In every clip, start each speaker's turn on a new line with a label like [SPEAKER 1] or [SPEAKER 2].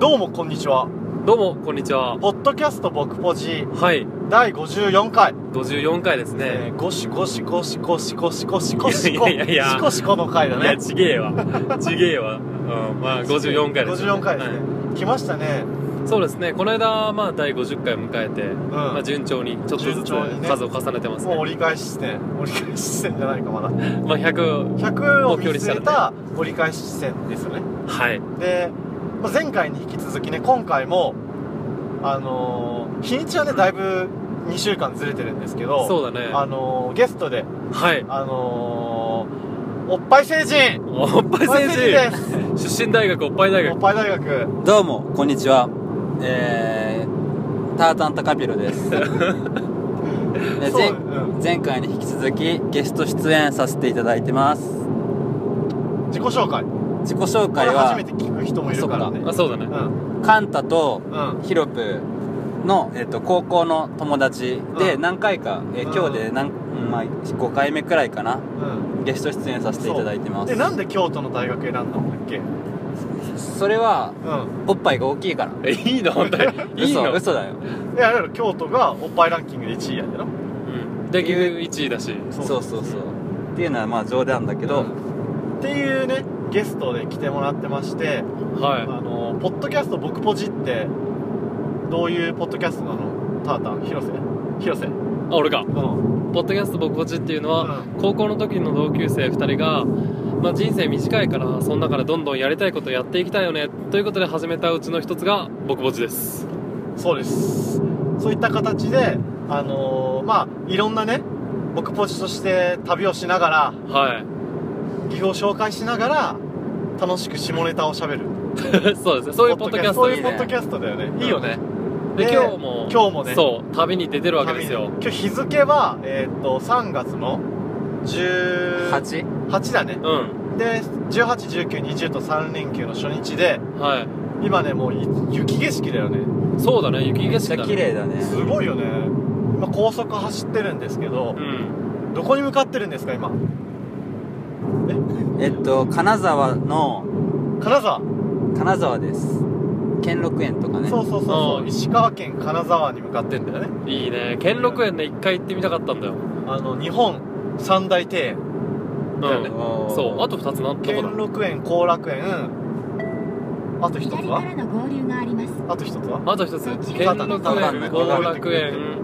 [SPEAKER 1] どうもこんにちは。
[SPEAKER 2] どうもこんにちは
[SPEAKER 1] ポッドキャスト僕ポジ
[SPEAKER 2] はい
[SPEAKER 1] 第54回。
[SPEAKER 2] 54回ですね
[SPEAKER 1] えーゴシゴシゴシゴシゴシゴシゴシ
[SPEAKER 2] い
[SPEAKER 1] ゴ
[SPEAKER 2] や
[SPEAKER 1] シ
[SPEAKER 2] いやいや
[SPEAKER 1] ゴシゴの回だ
[SPEAKER 2] いや
[SPEAKER 1] ね。
[SPEAKER 2] ちげえ わちげえわうんまあ54回です
[SPEAKER 1] 54回ですね
[SPEAKER 2] は。
[SPEAKER 1] 来ましたね。
[SPEAKER 2] いそうですねこの間まあ第50回迎えて、まあ順調にちょっとず
[SPEAKER 1] 順
[SPEAKER 2] つ
[SPEAKER 1] 調にね
[SPEAKER 2] 数を重ねてます
[SPEAKER 1] もう
[SPEAKER 2] ね
[SPEAKER 1] 折り返し地点。折り返し地点じゃないかまだ。
[SPEAKER 2] まあ100
[SPEAKER 1] 100を
[SPEAKER 2] 目
[SPEAKER 1] 見
[SPEAKER 2] 標にした
[SPEAKER 1] 据
[SPEAKER 2] ら
[SPEAKER 1] え
[SPEAKER 2] ね
[SPEAKER 1] た折り返し地点ですよね。
[SPEAKER 2] はい
[SPEAKER 1] で、まあ前回に引き続きね、今回も、あのー、日にちはね、だいぶ2週間ずれてるんですけど、
[SPEAKER 2] そうだね
[SPEAKER 1] あのー、ゲストで、
[SPEAKER 2] はい
[SPEAKER 1] あのー、おっぱい成人
[SPEAKER 2] おっぱい
[SPEAKER 1] おっぱい
[SPEAKER 2] 先
[SPEAKER 1] です
[SPEAKER 2] 生出身大学おっぱい大
[SPEAKER 1] おっ
[SPEAKER 2] 学
[SPEAKER 1] ぱい大学
[SPEAKER 3] どうもこんにちはえー、タータンタカピロで すで
[SPEAKER 1] そう
[SPEAKER 3] 前
[SPEAKER 1] うん
[SPEAKER 3] 前回に引き続きゲスト出演させていただいてます
[SPEAKER 1] 自己紹介こ
[SPEAKER 3] 自己
[SPEAKER 1] れ
[SPEAKER 3] 紹介
[SPEAKER 1] 初
[SPEAKER 3] は
[SPEAKER 1] めて聞く人もいるからね
[SPEAKER 2] あそうだね
[SPEAKER 1] うん
[SPEAKER 3] カンタと
[SPEAKER 1] うん
[SPEAKER 3] ヒロプの、えっと高校の友達で
[SPEAKER 1] うん
[SPEAKER 3] 何回か、えー
[SPEAKER 1] うん
[SPEAKER 3] 今日で何、うんまあ、5回目くらいかな
[SPEAKER 1] うん
[SPEAKER 3] ゲスト出演させていただいてま
[SPEAKER 1] ですなんで京都の大学選んだんだっけうん
[SPEAKER 3] それはおっぱいが大きいから
[SPEAKER 2] えい いの本当にいい
[SPEAKER 3] 嘘
[SPEAKER 2] の
[SPEAKER 3] 嘘だよ
[SPEAKER 1] いやいや京都がおっぱいランキングで1位やでな
[SPEAKER 2] うんで結局1位だし
[SPEAKER 1] そ
[SPEAKER 3] そううそうそうっていうのはまあ冗談だけど、
[SPEAKER 1] っていうねゲストで来てもらってましてあ
[SPEAKER 2] は
[SPEAKER 1] のポッドキャスト僕ポジってどういうポッドキャストなのタータン広瀬広瀬
[SPEAKER 2] いあ俺か
[SPEAKER 1] うん
[SPEAKER 2] ポッドキャスト僕こちっていうのは、
[SPEAKER 1] う
[SPEAKER 2] 高校の時の同級生2人が、まあ、人生短いからその中でどんどんやりたいことやっていきたいよねということで始めたうちの一つが僕ぼちです
[SPEAKER 1] そうですそういった形であのーまあいろんなね僕ポジとして旅をしながら
[SPEAKER 2] は
[SPEAKER 1] 岐阜を紹介しながら楽しく下ネタをしゃべる
[SPEAKER 2] い そうですねそういうポッドキャスト
[SPEAKER 1] そう
[SPEAKER 2] で
[SPEAKER 1] い
[SPEAKER 2] す
[SPEAKER 1] う
[SPEAKER 2] ね
[SPEAKER 1] ポッドキャストだよね
[SPEAKER 2] いいよねで
[SPEAKER 1] で
[SPEAKER 2] 今日も
[SPEAKER 1] 今日もね
[SPEAKER 2] そう旅に出てるわけですよ
[SPEAKER 1] 今日日付はえーっと3月の18
[SPEAKER 3] 8
[SPEAKER 1] だね
[SPEAKER 2] うん
[SPEAKER 1] で181920と3連休の初日で
[SPEAKER 2] はい
[SPEAKER 1] 今ねもうい雪景色だよね
[SPEAKER 2] そうだね雪景
[SPEAKER 3] めっち
[SPEAKER 2] 色
[SPEAKER 3] ゃ
[SPEAKER 2] だ
[SPEAKER 3] 綺
[SPEAKER 2] ね
[SPEAKER 3] 麗だね
[SPEAKER 1] すごいよね今高速走ってるんですけど
[SPEAKER 2] う、ん
[SPEAKER 1] どこに向かってるんですか今
[SPEAKER 3] えっと金沢の
[SPEAKER 1] 金沢、
[SPEAKER 3] 金沢です兼六園とかね
[SPEAKER 1] そうそうそうそ
[SPEAKER 2] あ
[SPEAKER 1] う
[SPEAKER 2] ー
[SPEAKER 1] 石川県金沢に向かってんだよね
[SPEAKER 2] いいね兼六園ね一回行ってみたかったんだよ
[SPEAKER 1] あの日本三大庭園
[SPEAKER 2] うん
[SPEAKER 1] だよね
[SPEAKER 3] おー
[SPEAKER 2] そうあと2つなんとこだ
[SPEAKER 1] 兼六園後楽園あと一つ
[SPEAKER 4] 左か
[SPEAKER 1] は
[SPEAKER 4] らの合流があります。
[SPEAKER 1] あと一つは
[SPEAKER 2] あと一つ兼六園後楽園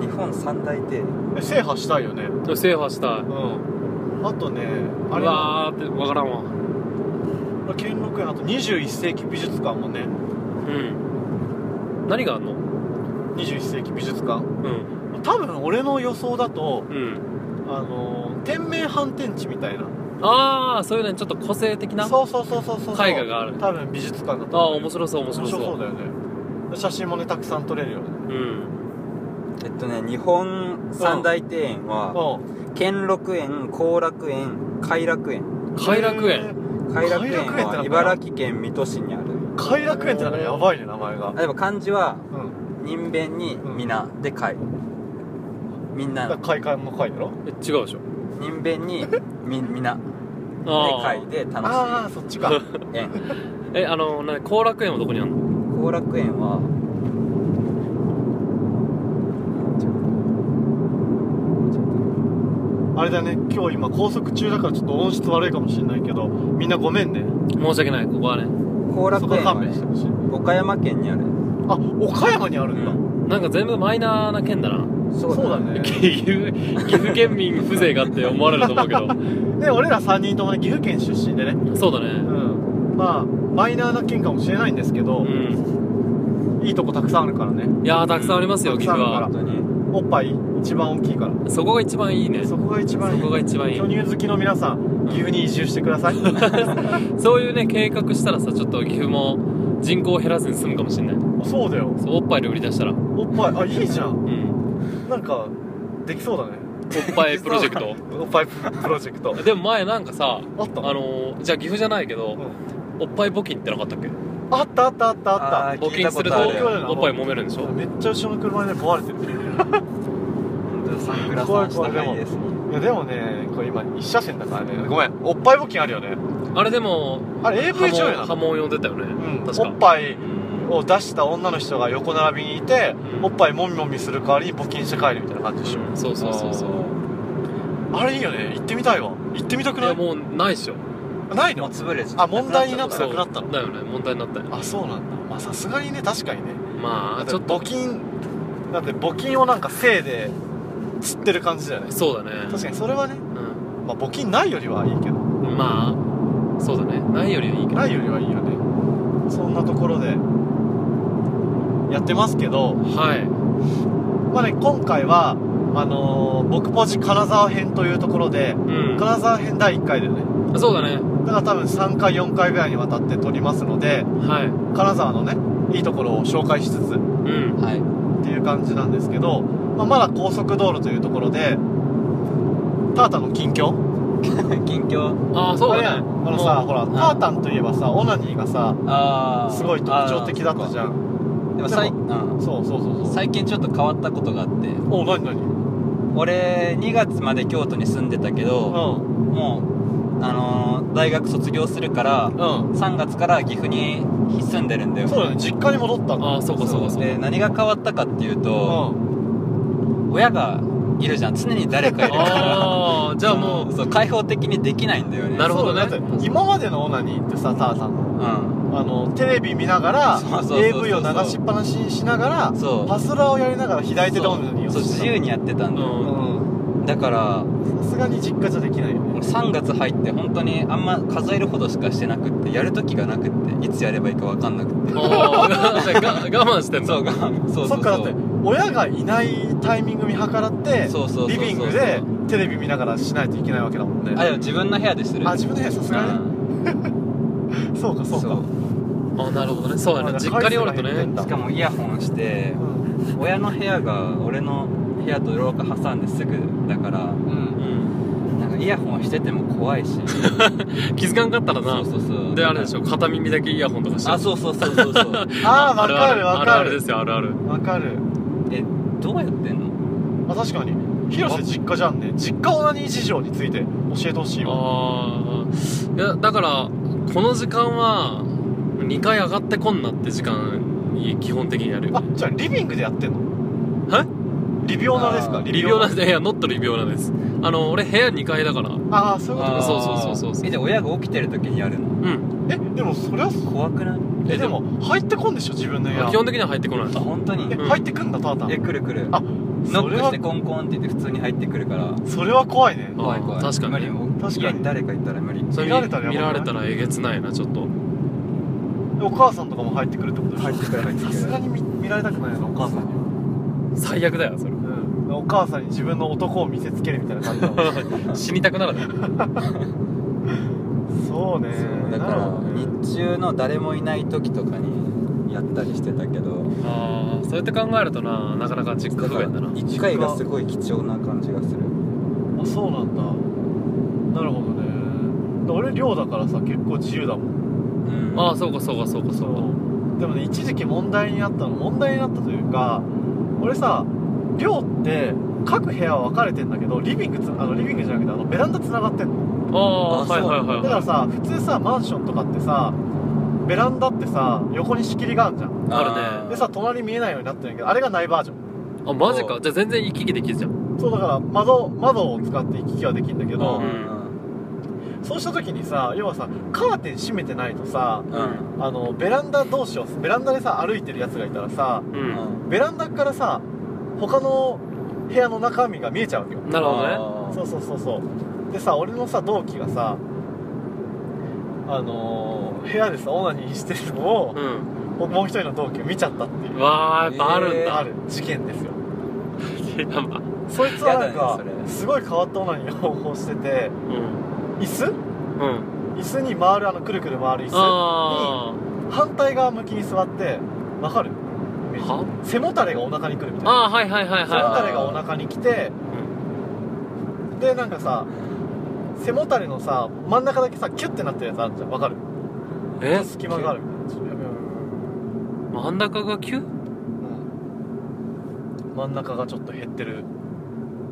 [SPEAKER 3] 日本三大庭園
[SPEAKER 1] え制覇したいよね
[SPEAKER 2] 制覇したい
[SPEAKER 1] うんあとねあれ
[SPEAKER 2] うわーって分からんわ
[SPEAKER 1] 兼六園あと21世紀美術館もね
[SPEAKER 2] うん何があんの
[SPEAKER 1] 21世紀美術館
[SPEAKER 2] うん
[SPEAKER 1] 多分俺の予想だと
[SPEAKER 2] うん
[SPEAKER 1] あのー天明反転地みたいな
[SPEAKER 2] ああそういうねちょっと個性的なあ
[SPEAKER 1] そうそうそうそうそうそう
[SPEAKER 2] 絵画がある
[SPEAKER 1] 多分美術館だと
[SPEAKER 2] あー
[SPEAKER 1] 思う
[SPEAKER 2] 面白そう面白そう
[SPEAKER 1] 面白そうだよね写真もねたくさん撮れるよね
[SPEAKER 2] うん
[SPEAKER 3] えっとね日本三大庭園は
[SPEAKER 1] う
[SPEAKER 3] 兼六園後楽園偕楽園
[SPEAKER 1] ん
[SPEAKER 2] 偕楽園
[SPEAKER 3] 偕楽
[SPEAKER 1] 偕楽
[SPEAKER 3] 園
[SPEAKER 1] 園ってなんだ
[SPEAKER 3] は茨城県水戸市にある
[SPEAKER 1] 偕楽園ってなんかやばいね名前が
[SPEAKER 3] あでも漢字は
[SPEAKER 1] うん
[SPEAKER 3] 人弁に皆で偕みん
[SPEAKER 1] だから
[SPEAKER 3] な
[SPEAKER 1] 会館の会だろ
[SPEAKER 2] え違うでしょ
[SPEAKER 3] 人弁にみ 皆で
[SPEAKER 2] ああ
[SPEAKER 3] 偕で楽
[SPEAKER 1] ああ
[SPEAKER 3] し
[SPEAKER 1] そっちか
[SPEAKER 3] い園
[SPEAKER 2] えあのな後楽園はどこにあんの
[SPEAKER 3] 後楽園は
[SPEAKER 1] あれだね今日今高速中だからちょっと音質悪いかもしれないけどみんなごめんね
[SPEAKER 2] 申し訳ないここはね
[SPEAKER 3] 後
[SPEAKER 1] そ
[SPEAKER 3] 楽
[SPEAKER 1] こ
[SPEAKER 3] 園は
[SPEAKER 1] 勘
[SPEAKER 3] ね
[SPEAKER 1] 弁してほしい
[SPEAKER 3] 岡山県にある
[SPEAKER 1] あ岡山にあるんだ、
[SPEAKER 2] なんか全部マイナーな県だな
[SPEAKER 3] そ
[SPEAKER 1] そうだね
[SPEAKER 2] 岐阜岐阜県民風情があって思われると思う けど
[SPEAKER 1] で俺ら3人ともね岐阜県出身でね
[SPEAKER 2] そうだ
[SPEAKER 1] う
[SPEAKER 2] ね
[SPEAKER 1] んまあマイナーな県かもしれないんですけど
[SPEAKER 2] う、ん
[SPEAKER 1] いいとこたくさんあるからね
[SPEAKER 2] いやーたくさんありますよ
[SPEAKER 1] たく
[SPEAKER 2] 岐
[SPEAKER 1] さん
[SPEAKER 2] 阜
[SPEAKER 1] あ
[SPEAKER 2] は
[SPEAKER 1] る
[SPEAKER 3] 本当に
[SPEAKER 1] おっぱい一番大きいから
[SPEAKER 2] そこが一番いいね
[SPEAKER 1] そこが一番いい
[SPEAKER 2] そこが一番いい
[SPEAKER 1] 巨乳好きの皆さん岐阜に移住してくださ い
[SPEAKER 2] そういうね計画したらさちょっと岐阜も人口を減らずに済むかもしれない
[SPEAKER 1] そうだよ
[SPEAKER 2] そうおっぱいで売り出したらう
[SPEAKER 1] おっぱいあいいじゃん
[SPEAKER 2] ん
[SPEAKER 1] なんかできそうだね
[SPEAKER 2] おっぱいプロジェクト
[SPEAKER 1] おっぱいプ ロジェクト
[SPEAKER 2] でも前なんかさ
[SPEAKER 1] あった
[SPEAKER 2] あのー、じゃあ岐阜じゃないけど、おっぱい募金ってなかったっけ
[SPEAKER 1] あったあったあったあ
[SPEAKER 3] あ
[SPEAKER 1] っ
[SPEAKER 3] ー
[SPEAKER 1] た
[SPEAKER 2] 募
[SPEAKER 3] 聞い
[SPEAKER 2] 金
[SPEAKER 3] た
[SPEAKER 2] す
[SPEAKER 3] こ
[SPEAKER 2] る
[SPEAKER 3] と
[SPEAKER 2] と
[SPEAKER 3] ある
[SPEAKER 2] おっぱい揉めるんでしょ
[SPEAKER 1] めっちゃ後ろの車でね壊れてる
[SPEAKER 3] サング
[SPEAKER 1] ラ
[SPEAKER 3] ラ
[SPEAKER 1] ス
[SPEAKER 3] ス
[SPEAKER 1] を
[SPEAKER 3] を
[SPEAKER 1] し
[SPEAKER 3] したた
[SPEAKER 1] 方が
[SPEAKER 3] が
[SPEAKER 1] い
[SPEAKER 3] い
[SPEAKER 1] い
[SPEAKER 3] い
[SPEAKER 1] で
[SPEAKER 3] です
[SPEAKER 1] いやでもねこれ今一車線だからねごめんおっぱい募金あるよね
[SPEAKER 2] あれでも
[SPEAKER 1] あれ AV 女優な
[SPEAKER 2] 波
[SPEAKER 1] の、
[SPEAKER 2] 紋を呼んでたよね、
[SPEAKER 1] うん、
[SPEAKER 2] 確か
[SPEAKER 1] おっぱい
[SPEAKER 2] うん
[SPEAKER 1] を出した女の人が横並びにいて、
[SPEAKER 2] うん
[SPEAKER 1] おっぱいもみもみする代わりに募金して帰るみたいな感じでしょ、
[SPEAKER 2] そうそうそうそう
[SPEAKER 1] あれいいよね行ってみたいわ行ってみたく
[SPEAKER 2] い
[SPEAKER 1] な
[SPEAKER 2] や
[SPEAKER 1] い
[SPEAKER 2] もうないっしょ
[SPEAKER 1] ない
[SPEAKER 3] も
[SPEAKER 1] の
[SPEAKER 3] う潰れちゃ
[SPEAKER 1] あ問題になって
[SPEAKER 2] そ
[SPEAKER 1] な
[SPEAKER 2] う
[SPEAKER 1] くなったの
[SPEAKER 2] だよね問題になったよ
[SPEAKER 1] あそうなんだまあさすがにね確かにね
[SPEAKER 2] まあちょっと
[SPEAKER 1] 募金だって募金をなんかせいで釣ってる感じだよね
[SPEAKER 2] そうだね
[SPEAKER 1] 確かにそれはね、
[SPEAKER 2] う
[SPEAKER 1] まあ、募金ないよりはいいけど
[SPEAKER 2] んまあそうだねないよりはいいけど
[SPEAKER 1] ないよりはいいよねそんなところでやってますけど
[SPEAKER 2] はい
[SPEAKER 1] まあね今回はあのー僕ポジ金沢編というところで
[SPEAKER 2] う
[SPEAKER 1] 金沢編第1回でね
[SPEAKER 2] んそうだね
[SPEAKER 1] だから多分3回4回ぐらいにわたって撮りますので
[SPEAKER 2] はい
[SPEAKER 1] 金沢のねいいところを紹介しつつ
[SPEAKER 2] うん
[SPEAKER 3] はい
[SPEAKER 1] っていう感じなんですけど、まあ、まだ高速道路というところでタータンの近況
[SPEAKER 3] 近況
[SPEAKER 2] ああそう
[SPEAKER 1] あれやん
[SPEAKER 2] だ
[SPEAKER 1] あ
[SPEAKER 2] ね
[SPEAKER 1] のさ
[SPEAKER 2] も
[SPEAKER 1] ほらタータンといえばさオナニーがさ
[SPEAKER 3] ああ
[SPEAKER 1] すごい特徴的だったじゃん
[SPEAKER 3] でもさい
[SPEAKER 1] で
[SPEAKER 3] うん
[SPEAKER 1] そうそうそうそう
[SPEAKER 3] 最近ちょっと変わったことがあって
[SPEAKER 1] おう何何
[SPEAKER 3] 俺2月まで京都に住んでたけど、
[SPEAKER 1] う
[SPEAKER 3] もうあのー大学卒業するから
[SPEAKER 1] んうん
[SPEAKER 3] 3月から岐阜に住んでるんだよ
[SPEAKER 1] そうだね実家に戻ったの
[SPEAKER 2] ああそうかそうかそうか
[SPEAKER 3] で何が変わったかっていうと、
[SPEAKER 1] うん
[SPEAKER 3] 親がいるじゃん常に誰かいるから
[SPEAKER 2] ああじゃあも
[SPEAKER 3] そうそう開放的にできないんだよね
[SPEAKER 2] なるほどね
[SPEAKER 1] そうだだって今までのオナニーってさタータンの
[SPEAKER 3] うん
[SPEAKER 1] あのテレビ見ながら
[SPEAKER 3] そうそうそうそう
[SPEAKER 1] AV を流しっぱなしにしながら
[SPEAKER 3] そう
[SPEAKER 1] パスラをやりながら左手でオナニーを
[SPEAKER 3] そう
[SPEAKER 1] して
[SPEAKER 3] 自由にやってたんだよ、
[SPEAKER 1] た
[SPEAKER 2] う
[SPEAKER 1] うん
[SPEAKER 3] だから
[SPEAKER 1] さすがに実家じゃできないよね
[SPEAKER 3] 俺3月入って本当にあんま数えるほどしかしてなくってやる時がなくっていつやればいいか分かんな くって
[SPEAKER 2] んああじゃあが我慢してんだ
[SPEAKER 3] そうがそうそう
[SPEAKER 1] そっかだって
[SPEAKER 3] そう
[SPEAKER 1] 親がいないタイミング見計らって
[SPEAKER 3] そうそうそうそう
[SPEAKER 1] リビングでテレビ見ながらしないといけないわけだもんね
[SPEAKER 3] あでも自分の部屋でする
[SPEAKER 1] あ自分の部屋さすがにね
[SPEAKER 3] うん
[SPEAKER 1] そうかそうか
[SPEAKER 2] あなるほどねそうだ
[SPEAKER 1] ま
[SPEAKER 2] ね
[SPEAKER 1] あ
[SPEAKER 2] 実家におる
[SPEAKER 1] 回数が
[SPEAKER 2] と
[SPEAKER 1] 減ってん
[SPEAKER 2] ね
[SPEAKER 1] だ
[SPEAKER 3] しかもイヤホンして
[SPEAKER 1] うん
[SPEAKER 3] 親の部屋が俺の部屋と廊下挟んですぐだから
[SPEAKER 2] うん
[SPEAKER 3] なんかイヤホンしてても怖いし
[SPEAKER 2] 気づかんかったらな
[SPEAKER 3] そうそう
[SPEAKER 2] であれでしょ片耳だけイヤホンとかして
[SPEAKER 3] あそうそうそうそうそう
[SPEAKER 1] ああ
[SPEAKER 2] あ
[SPEAKER 1] わ
[SPEAKER 2] るあ
[SPEAKER 1] かる
[SPEAKER 2] る
[SPEAKER 1] わ
[SPEAKER 2] ある
[SPEAKER 1] か
[SPEAKER 2] あるで
[SPEAKER 1] る
[SPEAKER 2] すよあるある
[SPEAKER 1] わかる
[SPEAKER 3] えどうやってんの
[SPEAKER 1] あ確かに広瀬実家じゃんね実家オナニー事情について教えてほしいわ
[SPEAKER 2] ああいやだからこの時間は2回上がってこんなって時間い基本的にやる
[SPEAKER 1] あじゃあリビングでやってんの
[SPEAKER 2] は
[SPEAKER 1] リビオナですか
[SPEAKER 3] あー
[SPEAKER 2] リビオナでいやノットリビオナですあの俺部屋2階だから
[SPEAKER 1] ああそういうこと
[SPEAKER 2] あー
[SPEAKER 1] か
[SPEAKER 2] そうそうそうそうそう
[SPEAKER 3] えじゃあ親が起きてる時にやるの
[SPEAKER 2] うん
[SPEAKER 1] えでもそれは
[SPEAKER 3] 怖くない
[SPEAKER 1] えでも入ってこんでしょ自分の部屋
[SPEAKER 2] 基本的には入ってこない
[SPEAKER 3] あ本当に
[SPEAKER 1] え
[SPEAKER 2] うん
[SPEAKER 1] 入ってくんだタータン
[SPEAKER 3] え来る来る
[SPEAKER 1] あ
[SPEAKER 3] ノ
[SPEAKER 1] そ
[SPEAKER 3] ック
[SPEAKER 1] れ
[SPEAKER 3] し
[SPEAKER 1] は
[SPEAKER 3] てコンコンって言って普通に入ってくるから
[SPEAKER 1] それは怖いね
[SPEAKER 2] あ
[SPEAKER 3] 怖い怖い
[SPEAKER 2] 確かに
[SPEAKER 3] 無理も
[SPEAKER 1] 確かに
[SPEAKER 3] 家に誰かいたら無理
[SPEAKER 2] それ
[SPEAKER 1] 見られたらやばく
[SPEAKER 2] 見
[SPEAKER 1] ない
[SPEAKER 2] られたらえげつないなちょっと
[SPEAKER 1] お母さんとかも入ってくるってことでしょ
[SPEAKER 3] 入ってくる入って
[SPEAKER 1] さ
[SPEAKER 3] くる
[SPEAKER 1] すがに見見られたくないなお母さんに
[SPEAKER 2] 最悪だよそれ
[SPEAKER 1] うんお母さんに自分の男を見せつけるみたいな感じだもん
[SPEAKER 2] 死にたくなるね
[SPEAKER 1] そうね
[SPEAKER 3] そうだから日中の誰もいない時とかにやったりしてたけど
[SPEAKER 2] ああそうやって考えるとななかなか実家不便だな
[SPEAKER 3] 1回がすごい貴重な感じがする
[SPEAKER 1] あそうなんだなるほどね俺寮だからさ結構自由だもん
[SPEAKER 3] うん
[SPEAKER 2] ああそうかそうかそうかそうか
[SPEAKER 1] でもね一時期問題になったの問題になったというか俺さ寮って各部屋は分かれてんだけどリビングつあのリビングじゃなくてあのベランダつながってんの
[SPEAKER 2] ああ
[SPEAKER 3] あ
[SPEAKER 2] はいはいはい
[SPEAKER 1] だ
[SPEAKER 2] はい
[SPEAKER 1] からさ普通さマンションとかってさベランダってさ横に仕切りがあるじゃん
[SPEAKER 2] あるね
[SPEAKER 1] でさ隣見えないようになってるんやけどあれがないバージョン
[SPEAKER 2] あマジかじゃあ全然行き来できるじゃん
[SPEAKER 1] そうだから窓窓を使って行き来はできるんだけ
[SPEAKER 3] うん
[SPEAKER 1] ど、そうした時にさ要はさカーテン閉めてないとさ
[SPEAKER 3] うんうん
[SPEAKER 1] あのベランダ同士をベランダでさ歩いてるやつがいたらさ
[SPEAKER 2] うん
[SPEAKER 1] ベランダからさ他の部屋の中身が見えちゃうわけよ
[SPEAKER 2] なるほどね
[SPEAKER 3] あー
[SPEAKER 1] そうそうそうそうでさ俺のさ同期がさあのー部屋でさオナニーしてるのを、
[SPEAKER 2] う
[SPEAKER 1] もうもう一人の同期が見ちゃったってい
[SPEAKER 2] ん
[SPEAKER 1] う
[SPEAKER 2] わあやっぱあるん
[SPEAKER 3] えー
[SPEAKER 2] だ
[SPEAKER 1] ある事件ですよ
[SPEAKER 2] やば
[SPEAKER 1] そいつはなん
[SPEAKER 3] や
[SPEAKER 1] か
[SPEAKER 3] だねそれ
[SPEAKER 1] すごい変わったオナニーを方法してて
[SPEAKER 2] うん
[SPEAKER 1] 椅子
[SPEAKER 2] うん
[SPEAKER 1] 椅子に回るあのくるくる回る椅子
[SPEAKER 2] あ
[SPEAKER 1] に反対側向きに座ってわかる
[SPEAKER 2] あは
[SPEAKER 1] 背もたれがお腹に来るみたいな
[SPEAKER 2] ああはいはいはいはい
[SPEAKER 1] 背も
[SPEAKER 2] は
[SPEAKER 1] たれがお腹に来て
[SPEAKER 2] い
[SPEAKER 1] でなんかさ背もたれのさ真ん中だけさキュッてなってるやつあるじゃんわかる
[SPEAKER 2] え
[SPEAKER 1] 隙間があるみたいなちょっとやべやべや
[SPEAKER 2] 真ん中が 9?
[SPEAKER 1] べうん真ん中がちょっと減ってる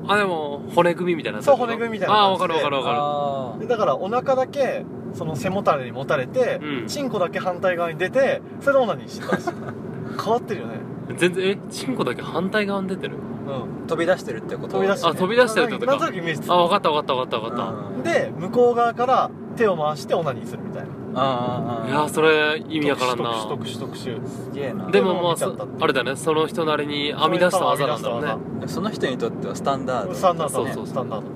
[SPEAKER 2] あでも骨組みみたいな
[SPEAKER 1] そう骨組みみたいな
[SPEAKER 2] ああ
[SPEAKER 1] 感
[SPEAKER 2] わ
[SPEAKER 1] じで
[SPEAKER 2] かるわかるわか
[SPEAKER 3] あ
[SPEAKER 1] でだからお腹だけその背もたれにもたれて、
[SPEAKER 2] うん
[SPEAKER 1] チンコだけ反対側に出てそれでオナニーしてたんです よ変わってるよね
[SPEAKER 2] 全然えチンコだけ反対側に出てる
[SPEAKER 1] うん
[SPEAKER 3] 飛び出してるってこと
[SPEAKER 1] 飛び出して、
[SPEAKER 2] あ飛び出してるってことか
[SPEAKER 1] なんとなくイメージつ
[SPEAKER 2] あ分かった分かった分かった分かっ
[SPEAKER 3] うん
[SPEAKER 1] で向こう側から手を回してオナニーするみたいな
[SPEAKER 3] あ
[SPEAKER 2] た
[SPEAKER 3] あ
[SPEAKER 2] いやーそれ意味わからんな
[SPEAKER 1] 特殊特殊特殊
[SPEAKER 3] すげえな
[SPEAKER 2] でもま
[SPEAKER 1] でも
[SPEAKER 2] あ
[SPEAKER 1] 見ちゃ
[SPEAKER 2] そ
[SPEAKER 1] ったっていう
[SPEAKER 2] あれだねその人なりに編み出した技なんだろうね
[SPEAKER 3] その人にとってはスタンダード
[SPEAKER 1] スタンダード
[SPEAKER 2] そう
[SPEAKER 1] ね
[SPEAKER 2] そうそう
[SPEAKER 1] スタンダード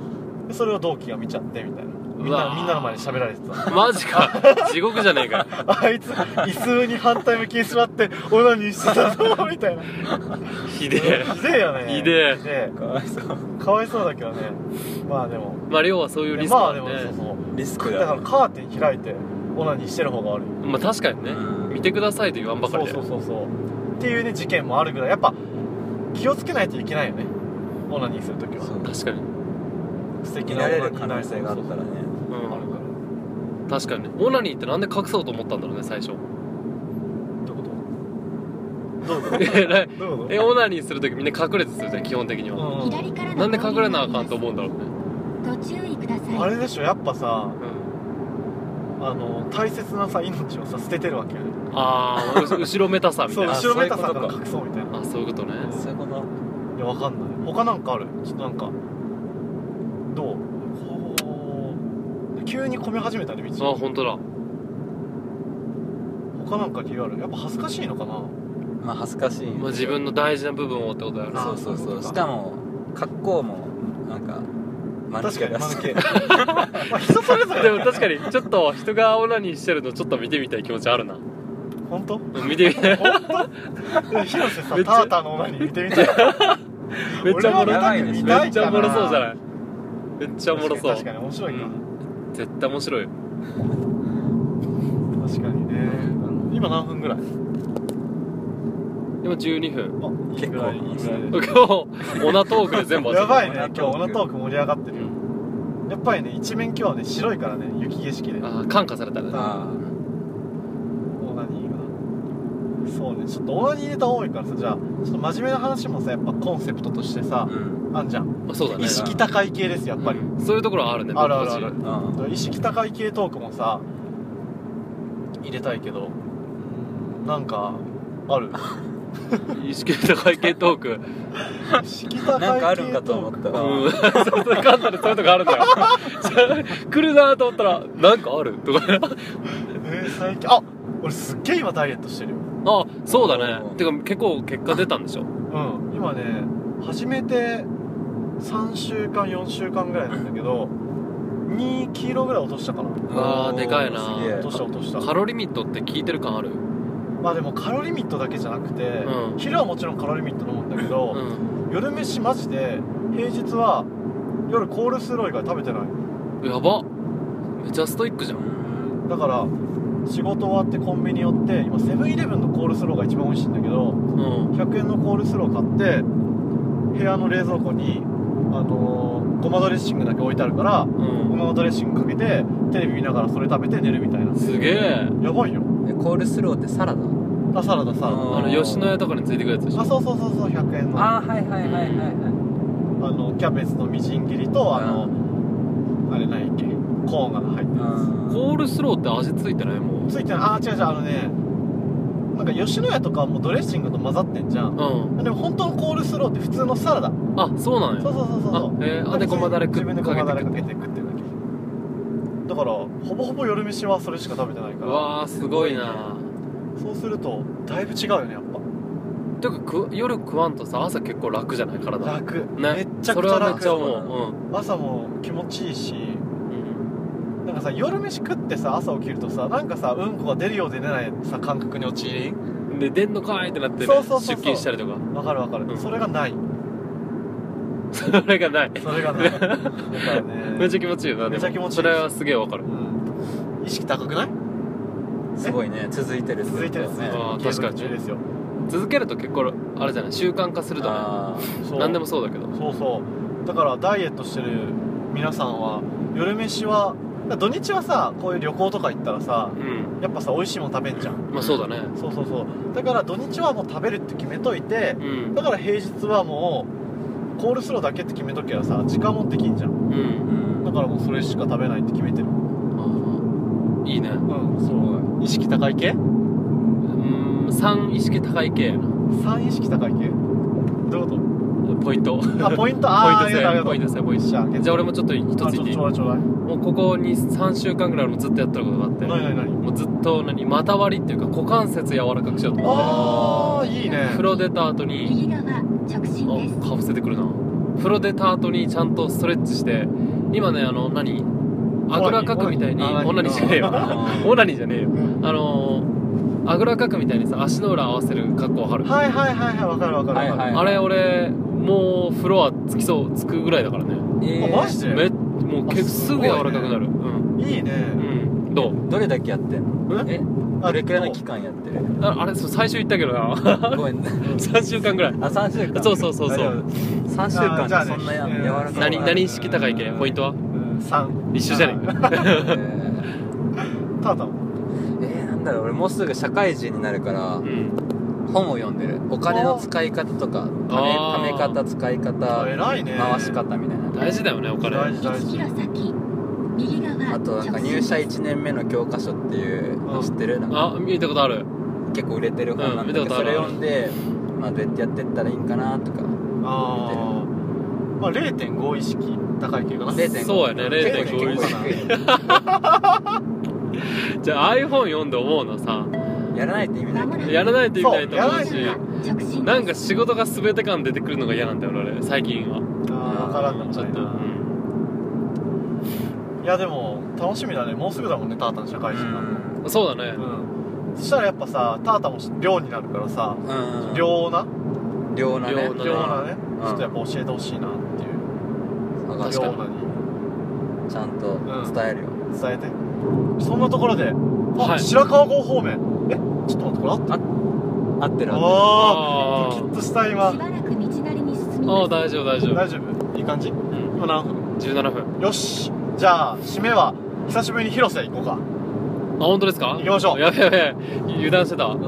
[SPEAKER 1] でそれを同期が見ちゃってみたいなみん
[SPEAKER 2] うわ
[SPEAKER 1] な
[SPEAKER 2] ー
[SPEAKER 1] みんなの前で喋られてた
[SPEAKER 2] マジか地獄じゃねえかよ
[SPEAKER 1] あいつ椅子に反対向きに座ってオナニーしてたぞみたいな
[SPEAKER 2] ひで
[SPEAKER 1] ひでえよね
[SPEAKER 2] ひでえ
[SPEAKER 1] ひで
[SPEAKER 3] かわいそう
[SPEAKER 1] えかわいそうだけどねまあでも
[SPEAKER 2] えまあ量はそういうリスク
[SPEAKER 1] ま
[SPEAKER 2] だ
[SPEAKER 1] あで
[SPEAKER 2] ね、
[SPEAKER 1] もそうそう
[SPEAKER 3] リスク
[SPEAKER 1] だか
[SPEAKER 3] だ
[SPEAKER 1] らカーテン開いてオナニーしてる方が悪い
[SPEAKER 2] まあ、確かにね
[SPEAKER 3] うん
[SPEAKER 2] 見てくださいと言わんばかりで
[SPEAKER 1] そうそうそうそうっていうね事件もあるぐらいやっぱ気をつけないといけないよねオナニーするときは
[SPEAKER 3] そう
[SPEAKER 2] 確かに、
[SPEAKER 1] 素
[SPEAKER 3] 見
[SPEAKER 1] 敵な
[SPEAKER 3] ら
[SPEAKER 1] オナ
[SPEAKER 3] れ
[SPEAKER 1] ニー
[SPEAKER 3] る可能性があっ
[SPEAKER 1] そうそう
[SPEAKER 3] たらね
[SPEAKER 1] あるか
[SPEAKER 2] う
[SPEAKER 1] ら
[SPEAKER 2] ん、確かにねオナニーってなんで隠そうと思ったんだろうね最初
[SPEAKER 1] どういうことどういうこと
[SPEAKER 2] えらい
[SPEAKER 1] どういうこと
[SPEAKER 2] えオナニーする時みんな隠れてするじゃん基本的には、
[SPEAKER 1] うん
[SPEAKER 4] 左から
[SPEAKER 2] な
[SPEAKER 4] の
[SPEAKER 2] んで隠れなあかんと思うんだろうね、
[SPEAKER 4] ご注意ください
[SPEAKER 1] あれでしょやっぱさ
[SPEAKER 2] うん、
[SPEAKER 1] あの大切なさ命をさ捨ててるわけよね
[SPEAKER 2] ああ 後ろめたさみた
[SPEAKER 1] そ
[SPEAKER 2] いうな
[SPEAKER 3] あ
[SPEAKER 1] 後ろめたさ
[SPEAKER 3] そういう
[SPEAKER 1] か
[SPEAKER 3] こ
[SPEAKER 1] ら
[SPEAKER 3] とか
[SPEAKER 1] 隠そうみたいな
[SPEAKER 2] あそういうことね
[SPEAKER 3] そういうこと
[SPEAKER 1] いやわかんない他なんかあるちょっとなんかどうこう急に込み始めたね
[SPEAKER 2] あ
[SPEAKER 1] 道
[SPEAKER 2] 本当だ
[SPEAKER 1] 他なんか理由あるやっぱ恥ずかしいのかな
[SPEAKER 3] まあ恥ずかしい
[SPEAKER 2] まあ、自分の大事な部分をってことだよな
[SPEAKER 1] あ
[SPEAKER 3] そうそう
[SPEAKER 1] そうい
[SPEAKER 3] そ
[SPEAKER 1] こ
[SPEAKER 3] う
[SPEAKER 1] と
[SPEAKER 3] う
[SPEAKER 1] か
[SPEAKER 3] しかも格好もなんか丸
[SPEAKER 1] 確
[SPEAKER 3] つ
[SPEAKER 1] かに
[SPEAKER 3] けだ
[SPEAKER 1] 間
[SPEAKER 3] し
[SPEAKER 1] 抜けまあ人それぞれ
[SPEAKER 2] でも確かにちょっと人がオナニーしてるのちょっと見てみたい気持ちあるな
[SPEAKER 1] 本当
[SPEAKER 2] うん見てみ たい
[SPEAKER 1] 広瀬さタ
[SPEAKER 2] めっちゃ
[SPEAKER 1] ーターの女に似てみたい
[SPEAKER 2] めっちゃおもろ
[SPEAKER 1] 俺
[SPEAKER 2] そ
[SPEAKER 1] は見た
[SPEAKER 2] う
[SPEAKER 1] く見
[SPEAKER 2] め
[SPEAKER 1] た
[SPEAKER 2] っ
[SPEAKER 1] い
[SPEAKER 2] ちゃ
[SPEAKER 1] か
[SPEAKER 2] おもろそうじゃ
[SPEAKER 1] な
[SPEAKER 2] ないめっちゃおもろそう
[SPEAKER 1] 確かに確かに面白いか、
[SPEAKER 2] うん絶対面白いよ
[SPEAKER 1] 確かにね今何分ぐらい
[SPEAKER 2] 今12分
[SPEAKER 1] あいいぐらいいいぐらいで
[SPEAKER 2] 今日オナトークで全部
[SPEAKER 1] やばい
[SPEAKER 2] い
[SPEAKER 1] ね今
[SPEAKER 3] オナ
[SPEAKER 1] 日
[SPEAKER 3] トー
[SPEAKER 1] オ
[SPEAKER 3] ク
[SPEAKER 1] ナトーク盛り上がってるよやっぱりね一面今日はね白いからね雪景色で
[SPEAKER 2] あー感化されたね
[SPEAKER 3] あ
[SPEAKER 1] オナニーがそうねちょっとオナニーネタ多いからさじゃあちょっと真面目な話もさやっぱコンセプトとして
[SPEAKER 3] あ
[SPEAKER 1] さ
[SPEAKER 3] う、ん
[SPEAKER 1] あんじゃん
[SPEAKER 2] あそうだね
[SPEAKER 1] 意識高い系ですやっぱり、
[SPEAKER 2] うんそういうところはあるね
[SPEAKER 1] あるあるあ
[SPEAKER 2] 僕
[SPEAKER 1] る
[SPEAKER 2] たち
[SPEAKER 3] うん
[SPEAKER 1] 意識高い系トークもさ入れたいけどなんかあ る
[SPEAKER 2] 意識高い系トーク
[SPEAKER 1] 意識高い系トーク
[SPEAKER 3] なんかあるんかと思った
[SPEAKER 2] う
[SPEAKER 3] ら
[SPEAKER 2] んそうそう簡単でそういうとこあるんだよ 来るなと思ったらなんかあるとか
[SPEAKER 1] えー最近あ俺すっげえ今ダイエットしてるよ
[SPEAKER 2] あそうだ
[SPEAKER 3] う
[SPEAKER 2] ね
[SPEAKER 3] ん
[SPEAKER 2] てか結構結果出たんでしょ
[SPEAKER 1] うん今ね始めて3週間4週間ぐらいなんだけど2キロぐらい落としたかな
[SPEAKER 2] わーでかいな
[SPEAKER 3] すげえ
[SPEAKER 1] 落とした落とした
[SPEAKER 2] カロリミットって聞いてる感ある
[SPEAKER 1] まあでもカロリーミットだけじゃなくて、
[SPEAKER 2] うん
[SPEAKER 1] 昼はもちろんカロリーミット飲むんだけど、
[SPEAKER 2] う
[SPEAKER 1] 夜飯マジで平日は夜コールスロー以外食べてない
[SPEAKER 2] んやばめちゃストイックじゃん
[SPEAKER 1] だから仕事終わってコンビニ寄って今セブンイレブンのコールスローが一番美味しいんだけど
[SPEAKER 2] うん
[SPEAKER 1] 100円のコールスロー買って部屋の冷蔵庫にあのーごまドレッシングだけ置いてあるから
[SPEAKER 2] う
[SPEAKER 1] ご
[SPEAKER 2] ん
[SPEAKER 1] まドレッシングかけてテレビ見ながらそれ食べて寝るみたいな
[SPEAKER 2] すげえ
[SPEAKER 1] やばいよ
[SPEAKER 3] えコールスローってサラダ
[SPEAKER 1] あサラダサラ
[SPEAKER 2] あの吉野家とかについてくるやつでし
[SPEAKER 1] ダ
[SPEAKER 2] ょ
[SPEAKER 1] あそうそうそうそう100円のあ
[SPEAKER 3] あーはいはいはいはいは
[SPEAKER 1] のキャベツのみじん切りとあのあれ何やっけコーンが入ってるや
[SPEAKER 2] コールスローって味ついてないも
[SPEAKER 1] つついてないあー違う違うあのねなんか吉野家とかはもうドレッシングと混ざってんじゃん
[SPEAKER 2] う
[SPEAKER 1] でも本当のコールスローって普通のサラダ
[SPEAKER 2] うんあそうなん
[SPEAKER 1] そ
[SPEAKER 2] や
[SPEAKER 1] うそうそうそう
[SPEAKER 2] あえーあでごまだれく
[SPEAKER 1] 自分でごまだれ
[SPEAKER 2] か
[SPEAKER 1] か
[SPEAKER 2] け
[SPEAKER 1] けて食ってるだけだからほぼほぼ夜飯はそれしか食べてないか
[SPEAKER 2] う
[SPEAKER 1] ら
[SPEAKER 2] わーすごいな
[SPEAKER 1] そうするとだいぶ違うよねやっ
[SPEAKER 2] というかく夜食わんとさ朝結構楽じゃない
[SPEAKER 1] ぱ
[SPEAKER 2] 体ね
[SPEAKER 1] 楽、めっちゃ
[SPEAKER 2] そ
[SPEAKER 1] く
[SPEAKER 2] れ
[SPEAKER 1] ちゃ
[SPEAKER 2] はめっ
[SPEAKER 1] 楽
[SPEAKER 2] ちゃ思
[SPEAKER 1] 朝も気持ちいいし
[SPEAKER 2] ううん
[SPEAKER 1] なんかさ夜飯食ってさ朝起きるとさなんかさうんこが出るようで出ないさ感覚に陥りん
[SPEAKER 2] うんで出んのかーいってなってね
[SPEAKER 1] そうそうそうそう
[SPEAKER 2] 出勤したりとか
[SPEAKER 1] わかるわかる、
[SPEAKER 2] うん
[SPEAKER 1] それがない
[SPEAKER 2] それがない
[SPEAKER 1] それがない だからね
[SPEAKER 2] めっちゃ気持ちいいよなでも
[SPEAKER 1] めっちゃ気持ちいい
[SPEAKER 2] それはすげえわかる
[SPEAKER 1] うん意識高くない
[SPEAKER 3] いすごいね続いてる
[SPEAKER 1] 続いてるんですね
[SPEAKER 2] あー
[SPEAKER 1] 継続
[SPEAKER 2] 確かに
[SPEAKER 1] 中ですよ
[SPEAKER 2] 続けると結構あれじゃない習慣化するとね
[SPEAKER 3] あ
[SPEAKER 1] そう
[SPEAKER 2] 何でもそうだけど
[SPEAKER 1] そうそうだからダイエットしてる皆さんは夜飯はだから土日はさこういう旅行とか行ったらさ
[SPEAKER 2] うん
[SPEAKER 1] やっぱさ美味しいもん食べんじゃん
[SPEAKER 2] まあそうだね
[SPEAKER 1] そうそうそうだから土日はもう食べるって決めといて
[SPEAKER 2] うん
[SPEAKER 1] だから平日はもうコールスローだけって決めとけばさ時間もできんじゃん
[SPEAKER 2] うん
[SPEAKER 3] ーうん
[SPEAKER 1] だからもうそれしか食べないって決めてる
[SPEAKER 2] あーいいねう
[SPEAKER 1] うんそう意識高い系
[SPEAKER 2] ーん3意識高い系やな
[SPEAKER 1] 3意識高い系どういうこ
[SPEAKER 2] ポイントポイン
[SPEAKER 1] とあポイントあーあ
[SPEAKER 2] ト
[SPEAKER 1] りがとうありが
[SPEAKER 2] 制
[SPEAKER 1] とう
[SPEAKER 2] ポイント制ポイント
[SPEAKER 1] じゃあ
[SPEAKER 2] 制じゃあ俺もちょっと一つ
[SPEAKER 1] ちょ
[SPEAKER 2] 言っ
[SPEAKER 1] っと
[SPEAKER 2] ていい
[SPEAKER 1] ちょうだいちょうだい
[SPEAKER 2] もうここ23週間ぐらい俺もずっとやってることがあって
[SPEAKER 1] 何何何
[SPEAKER 2] もうずっと何股割りっていうか股関節柔らかくしようと思っ
[SPEAKER 1] ああいいね
[SPEAKER 2] て風呂出た後に
[SPEAKER 4] 右側直進です
[SPEAKER 2] あかぶせてくるな風呂出た後にちゃんとストレッチして今ねあの何あぐらかくみたいに
[SPEAKER 1] オ
[SPEAKER 2] オ
[SPEAKER 1] ナ
[SPEAKER 2] ナ
[SPEAKER 1] ニー
[SPEAKER 2] ニーじゃねえよオナニーじゃねえよあのーあぐらかくみたいにさ足の裏合わせる格好はる、
[SPEAKER 1] はいはいはいはいわかるわかるわかる、
[SPEAKER 3] はいは
[SPEAKER 2] あ
[SPEAKER 3] い
[SPEAKER 2] れ俺もうフロアつきそうつくぐらいだからね
[SPEAKER 1] あマジで
[SPEAKER 2] めもうけ
[SPEAKER 1] あ
[SPEAKER 2] す
[SPEAKER 1] す
[SPEAKER 2] ぐ
[SPEAKER 1] ごいね
[SPEAKER 2] 柔らかくなるうん
[SPEAKER 1] いいね
[SPEAKER 2] うんどう
[SPEAKER 3] どれだけやってんの
[SPEAKER 1] え
[SPEAKER 3] えどれくらいの期間やってる
[SPEAKER 2] ああれそう最初言ったけどな
[SPEAKER 3] ごめんね
[SPEAKER 2] 3週間ぐらい
[SPEAKER 3] あ三3週間
[SPEAKER 2] そうそうそうそう
[SPEAKER 3] 3週間
[SPEAKER 1] あじゃあ
[SPEAKER 3] で
[SPEAKER 1] ね
[SPEAKER 3] そんなや
[SPEAKER 1] うん
[SPEAKER 3] 柔らかく
[SPEAKER 2] 何何意識高い系ポイントは
[SPEAKER 1] うん3
[SPEAKER 2] 一緒じゃねえか
[SPEAKER 3] えー
[SPEAKER 1] ただも
[SPEAKER 3] えーなんだろう俺もうすぐ社会人になるから
[SPEAKER 2] うん
[SPEAKER 3] 本を読んでるお金の使い方とかため
[SPEAKER 2] あー
[SPEAKER 3] ため方使い方
[SPEAKER 1] 偉いね
[SPEAKER 3] 回し方みたいな
[SPEAKER 2] 大事だよねお金
[SPEAKER 1] 大事大
[SPEAKER 4] 1
[SPEAKER 1] 事
[SPEAKER 4] キロ先右側
[SPEAKER 3] あとなんか
[SPEAKER 4] 直進
[SPEAKER 3] 入社1年目の教科書っていうの知ってるなんか
[SPEAKER 2] あ見たことある
[SPEAKER 3] 結構売れてる本なんだ
[SPEAKER 2] う
[SPEAKER 3] け
[SPEAKER 2] ん見
[SPEAKER 3] ど
[SPEAKER 2] たこ
[SPEAKER 3] そ
[SPEAKER 2] とある
[SPEAKER 3] れ読んでまあどうやってやってったらいいんかなとか
[SPEAKER 1] あー、まあ0.5意識高い系かな
[SPEAKER 3] 0.5
[SPEAKER 2] そうやね
[SPEAKER 1] 0.5
[SPEAKER 2] 0.5
[SPEAKER 1] 意
[SPEAKER 2] 意
[SPEAKER 1] 識
[SPEAKER 2] 識じゃあ iPhone 読んで思うのさ
[SPEAKER 3] やらないと意味ないけど
[SPEAKER 2] やらないと意味ないと思う
[SPEAKER 1] そうやら
[SPEAKER 2] し
[SPEAKER 4] 直進です
[SPEAKER 2] なんか仕事が全て感出てくるのが嫌なんだよ俺俺最近は
[SPEAKER 1] あー分からんでも
[SPEAKER 2] ちょ
[SPEAKER 1] な
[SPEAKER 2] っ
[SPEAKER 1] い
[SPEAKER 2] と、
[SPEAKER 1] なうんいやでも楽しみだねもうすぐだもんねタータン社会人なの
[SPEAKER 2] うんそうだね
[SPEAKER 1] うんそしたらやっぱさタータンも寮になるからさ
[SPEAKER 3] うん
[SPEAKER 1] 寮な
[SPEAKER 3] 両なね
[SPEAKER 2] 両
[SPEAKER 1] 寮なね
[SPEAKER 3] うん
[SPEAKER 1] ちょっとやっぱ教えてほしいなっていう
[SPEAKER 3] 上が
[SPEAKER 2] 確
[SPEAKER 3] る
[SPEAKER 2] かに
[SPEAKER 1] 寮なに
[SPEAKER 3] ちゃんと伝えるよ
[SPEAKER 1] 伝えてそんなところであ、
[SPEAKER 2] はい
[SPEAKER 1] 白川郷方面えちょっと待ってこれあった
[SPEAKER 3] 合ってる合っ
[SPEAKER 1] ああド
[SPEAKER 2] あ
[SPEAKER 1] キ
[SPEAKER 2] ー
[SPEAKER 1] ッとした今
[SPEAKER 4] しばらく道なりに進み
[SPEAKER 2] あ
[SPEAKER 4] ま
[SPEAKER 2] ー
[SPEAKER 4] す
[SPEAKER 2] 大丈夫大丈夫
[SPEAKER 1] 大丈夫いい感じ
[SPEAKER 2] うん
[SPEAKER 1] 今何分
[SPEAKER 2] 17分
[SPEAKER 1] よしじゃあ締めは久しぶりに広瀬行こうか
[SPEAKER 2] あ本当ですか
[SPEAKER 1] 行きましょう
[SPEAKER 2] やべやべ油断してたわ
[SPEAKER 1] う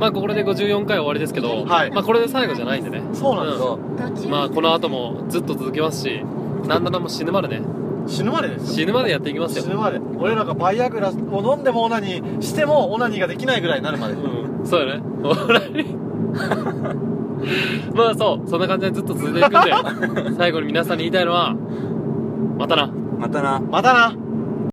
[SPEAKER 2] まあこれで54回終わりですけど、
[SPEAKER 1] はい
[SPEAKER 2] まあこれで最後じゃないんでね
[SPEAKER 1] んそうなん
[SPEAKER 3] て
[SPEAKER 1] で
[SPEAKER 3] る
[SPEAKER 1] す
[SPEAKER 3] そ
[SPEAKER 1] よ、
[SPEAKER 3] う
[SPEAKER 4] 途中
[SPEAKER 2] まあこの後もずっと続きますしなんだらもう死ぬまでね
[SPEAKER 1] 死ぬまでですよ
[SPEAKER 2] 死ぬまでやっていきますよ
[SPEAKER 1] 死ぬまで俺らがバイアグラを飲んでもオナニーしてもオナニーができないぐらいになるまで
[SPEAKER 2] うんそうだね笑い まあそうそんな感じでずっと続いていくんで最後に皆さんに言いたいのはまたな
[SPEAKER 3] またな
[SPEAKER 1] またな